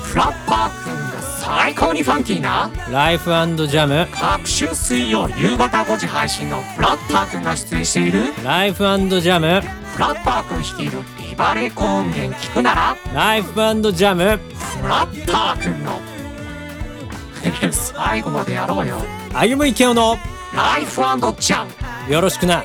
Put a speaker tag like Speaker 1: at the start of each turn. Speaker 1: フラッパーくんが最高にファンキーな
Speaker 2: ライフジャム
Speaker 1: 各週水曜夕方5時配信のフラッパーくんが出演している
Speaker 2: ライフジャム
Speaker 1: フラッパーくん率いるビバレコ音源聞くなら
Speaker 2: ライフジャム
Speaker 1: フラッパーくんの 最後までやろうよ
Speaker 2: 歩む池尾の
Speaker 1: ライフジャン
Speaker 2: よろしくな